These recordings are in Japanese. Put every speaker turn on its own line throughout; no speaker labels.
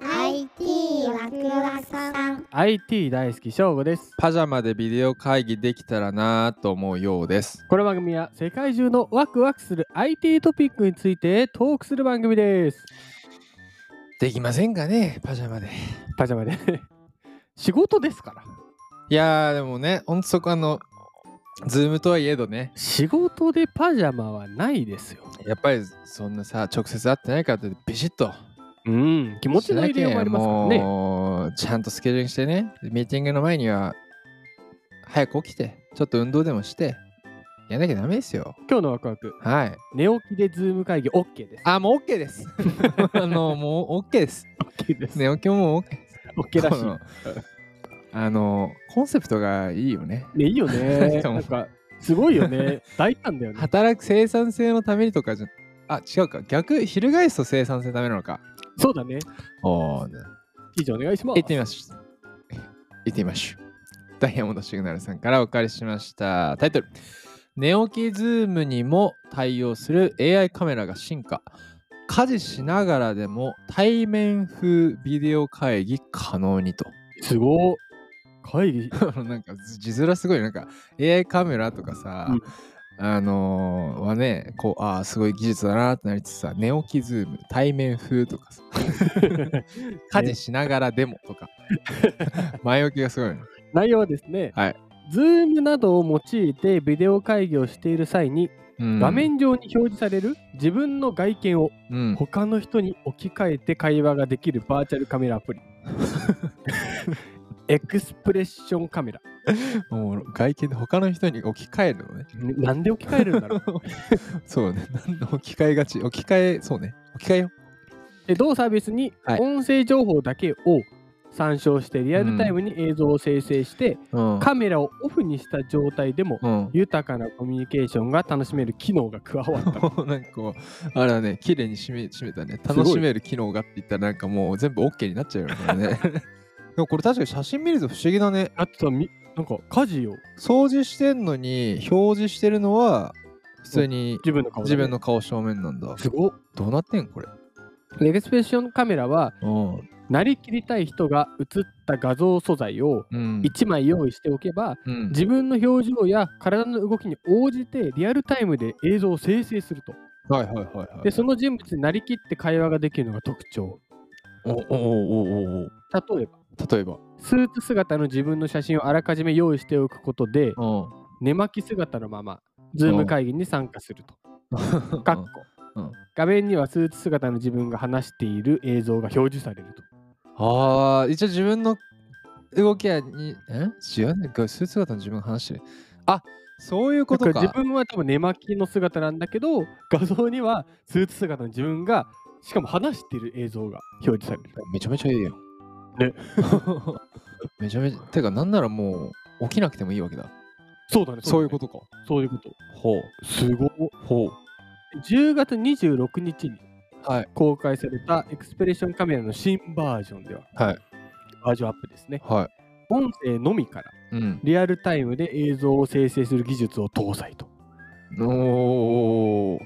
IT ワクワクさん
IT 大好き翔吾です
パジャマでビデオ会議できたらなぁと思うようです。
この番組は世界中のワクワクする IT トピックについてトークする番組です
できませんかね、パジャマで。
パジャマで 仕事ですから
いやー、でもね、ほんとそこあの、ズームとはいえどね、
仕事でパジャマはないですよ
やっぱりそんなさ、直接会ってないからってビシッと。
うん気
気
持ちの入れようもありますからね
もう、ちゃんとスケジュールにしてね、ミーティングの前には、早く起きて、ちょっと運動でもして、やんなきゃダメですよ。
今日のワクワク
はい。
寝起きでズーム会議 OK です
あ、もう OK です。あの、もう OK です。
OK です
ね、起きも OK です。
OK らし
この
い
あのコンセプトがいいよね
ねいいよ ね
でも
なんかすごいよね大胆だよね
働く生産性のためにとかじゃあ違うか逆翻すと生産性のためなのか
そうだね
お
以上お願いします
行ってみましょう行ってみましょうダイヤモンドシグナルさんからお借りしましたタイトル寝起きズームにも対応する AI カメラが進化家事しながらでも対面風ビデオ会議可能にと
すごい会議
あの なんかず字面すごいなんか AI カメラとかさ、
うん
あのーはねこうああすごい技術だなってなりつつさ寝起きズーム対面風とか さ家事しながらでも とか前置きがすごいの
内容はですね、
はい、
Zoom などを用いてビデオ会議をしている際に、
うん
画面上に表示される自分の外見を
うん
他の人に置き換えて会話ができるバーチャルカメラアプリ。 エクスプレッションカメラ。
もう外見で他の人に置き換えるのね
ねなんで置き換えるんだ ろう
そう ね置き換えがち置き換えそうね置き換えよ
で同サービスに
はい
音声情報だけを参照してリアルタイムに映像を生成して、
うん
カメラをオフにした状態でも
うん
豊かなコミュニケーションが楽しめる機能が加わ った。
なんかこう、あれだね、綺麗に締め締めたね。
ごい
楽しめる機能がって言ったらなんかもう全部 OK になっちゃうよね。これねでもこれ確かに写真見ると不思議だね。
あとさみなんか家事を
掃除してんのに表示してるのは普通に
自分の顔だね
自分の顔正面なんだ。
すごっ
どうなってんこれ。
エクスプレッションカメラは
うん。
なりきりたい人が写った画像素材を
うん。
1枚用意しておけば
うん、
自分の表情や体の動きに応じてリアルタイムで映像を生成すると
はいはいはいはい。
でその人物になりきって会話ができるのが特徴
おおおおおお
例えば
例えば。
スーツ姿の自分の写真をあらかじめ用意しておくことで
うん。
寝巻き姿のままズーム会議に参加するとかっこ
うん
画面にはスーツ姿の自分が話している映像が表示されると
ああ、一応自分の動きやに、え違うね。これスーツ姿の自分の話してる。あそういうこ
だ
と
か
か。
ら自分は多分寝巻きの姿なんだけど画像にはスーツ姿の自分がしかも話している映像が表示される
めちゃめちゃいいよ。
ね。
めちゃめちゃ。てか、なんならもう起きなくてもいいわけだ。
そうだね
そういうこととか。
そういうこと
ほう。
すごい
ほう。
10月26日に
はい。
公開されたエクスプレッションカメラの新バージョンでは
はい。
バージョンアップですね
は
音声のみから
い。うん。
リアルタイムで映像を生成する技術を搭載と
おー。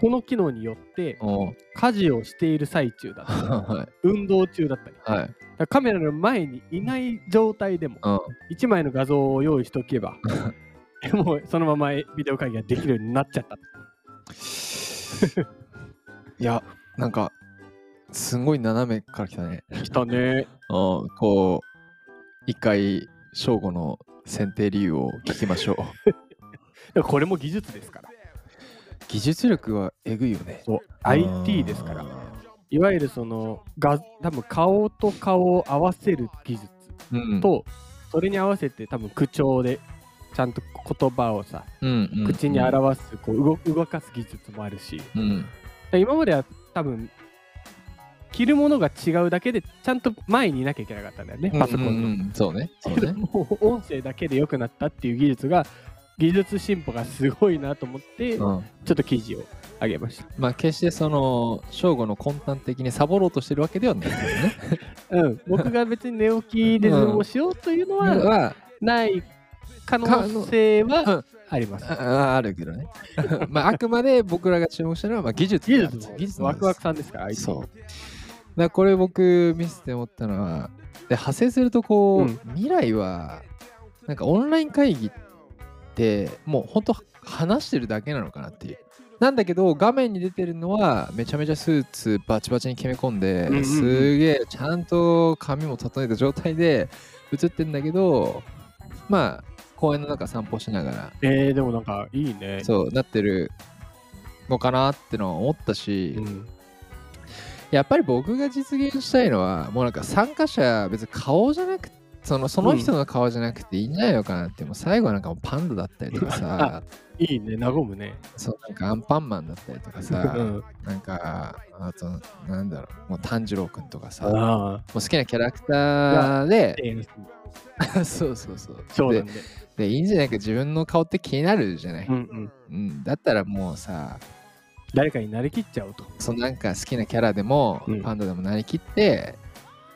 この機能によって
おー
家事をしている最中だったり
はい。
運動中だったり
は
だ
い。
からカメラの前にいない状態でも
うん。
1枚の画像を用意しておけ ばもうそのままビデオ会議ができるようになっちゃった
いや、なんか、すんごい斜めから来たね。
来たね
うん。こう、一回、正吾の選定理由を聞きま しょう。
これも技術ですから
技術力はえぐいよね。
そう IT ですからいわゆるそのが多分顔と顔を合わせる技術
うん。
と、それに合わせて多分口調でちゃんと言葉をさ
うん、うん
口に表すこう動動かす技術もあるし
うん。
で今までは多分着るものが違うだけでちゃんと前にいなきゃいけなかったんだよね、パソコンの。
うんうんうんそうね。そう
けど
ね。
もう 音声だけで良くなったっていう技術が技術進歩がすごいなと思って、ちょ
うん。
っと記事を上げました。
まあ決してその正吾の根端的にサボろうとしてるわけではないですね。
うん、僕が別に寝起きでズームをしようというのは
は
ない可能性
う
は
ん
あります。
ああるけどね。 まああくまで僕らが注目したのはまあ技術
技
である
術も
技術なん
ワ
です
クワクさんですから、相手
そう。からこれ僕見せて思ったのはで派生するとこう、
うん
未来はなんかオンライン会議ってもうほんと話してるだけなのかなっていうなんだけど画面に出てるのはめちゃめちゃスーツバチバチに決め込ん
うん
で、
うんうん
すげえちゃんと髪も整えた状態で映ってんだけどまあ公園の中散歩しながら
えー、でもなんかいいね。
そうなってるのかなってのは思ったし、
ん
やっぱり僕が実現したいのはもうなんか参加者別に顔じゃなくそのその人の顔じゃなくていいんじゃないのかなって、もう最後はなんかもうパンダだったりとかさ
いいね、和むね。
そうなんかアンパンマンだったりとかさ、
うん
なんかあとなんだろうもう炭治郎くんとかさもう
ああ。
好きなキャラクターで
えー
そうそうそう
そうな
で
んで。
でいいんじゃないか自分の顔って気になるじゃない、
うんうん。
うん、だったらもうさ
誰かになりきっちゃうと。
そのなんか好きなキャラでも、
うん
パンダでもなりきって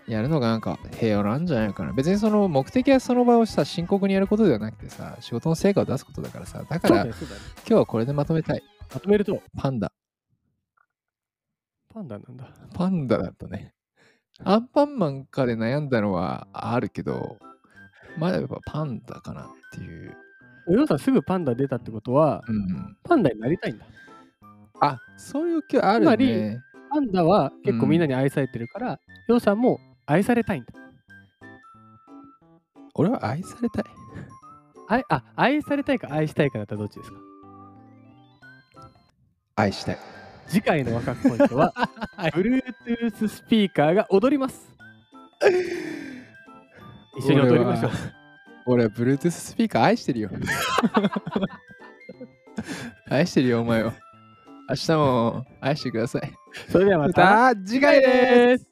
やるのがなんか平和なんじゃないかな別にその目的はその場をさ深刻にやることではなくてさ仕事の成果を出すことだからさだか
そう
ら
だね、
今
そうだね。
日はこれでまとめたい
まとめると、
パンダ
パンダなんだ。
パンダだったねアンパンマンかで悩んだのはあるけどまだやっぱパンダかなっていう、
お嬢さんすぐパンダ出たってことは、
うん、
パンダになりたいんだ。
あそういう気ある
つまり
ね
パンダは結構みんなに愛されてるから、ヨウさんも愛されたいんだ。
俺は愛されたい
ああ、愛されたいか愛したいかだったらどっちですか
愛したい
次回のワクワクポイント は、Bluetooth スピーカーが踊り ます。一緒に踊りましょう。
俺は Bluetooth スピーカー愛して るよ。愛してるよ、お前を。明日も愛してください。
それではまた
また次回です
す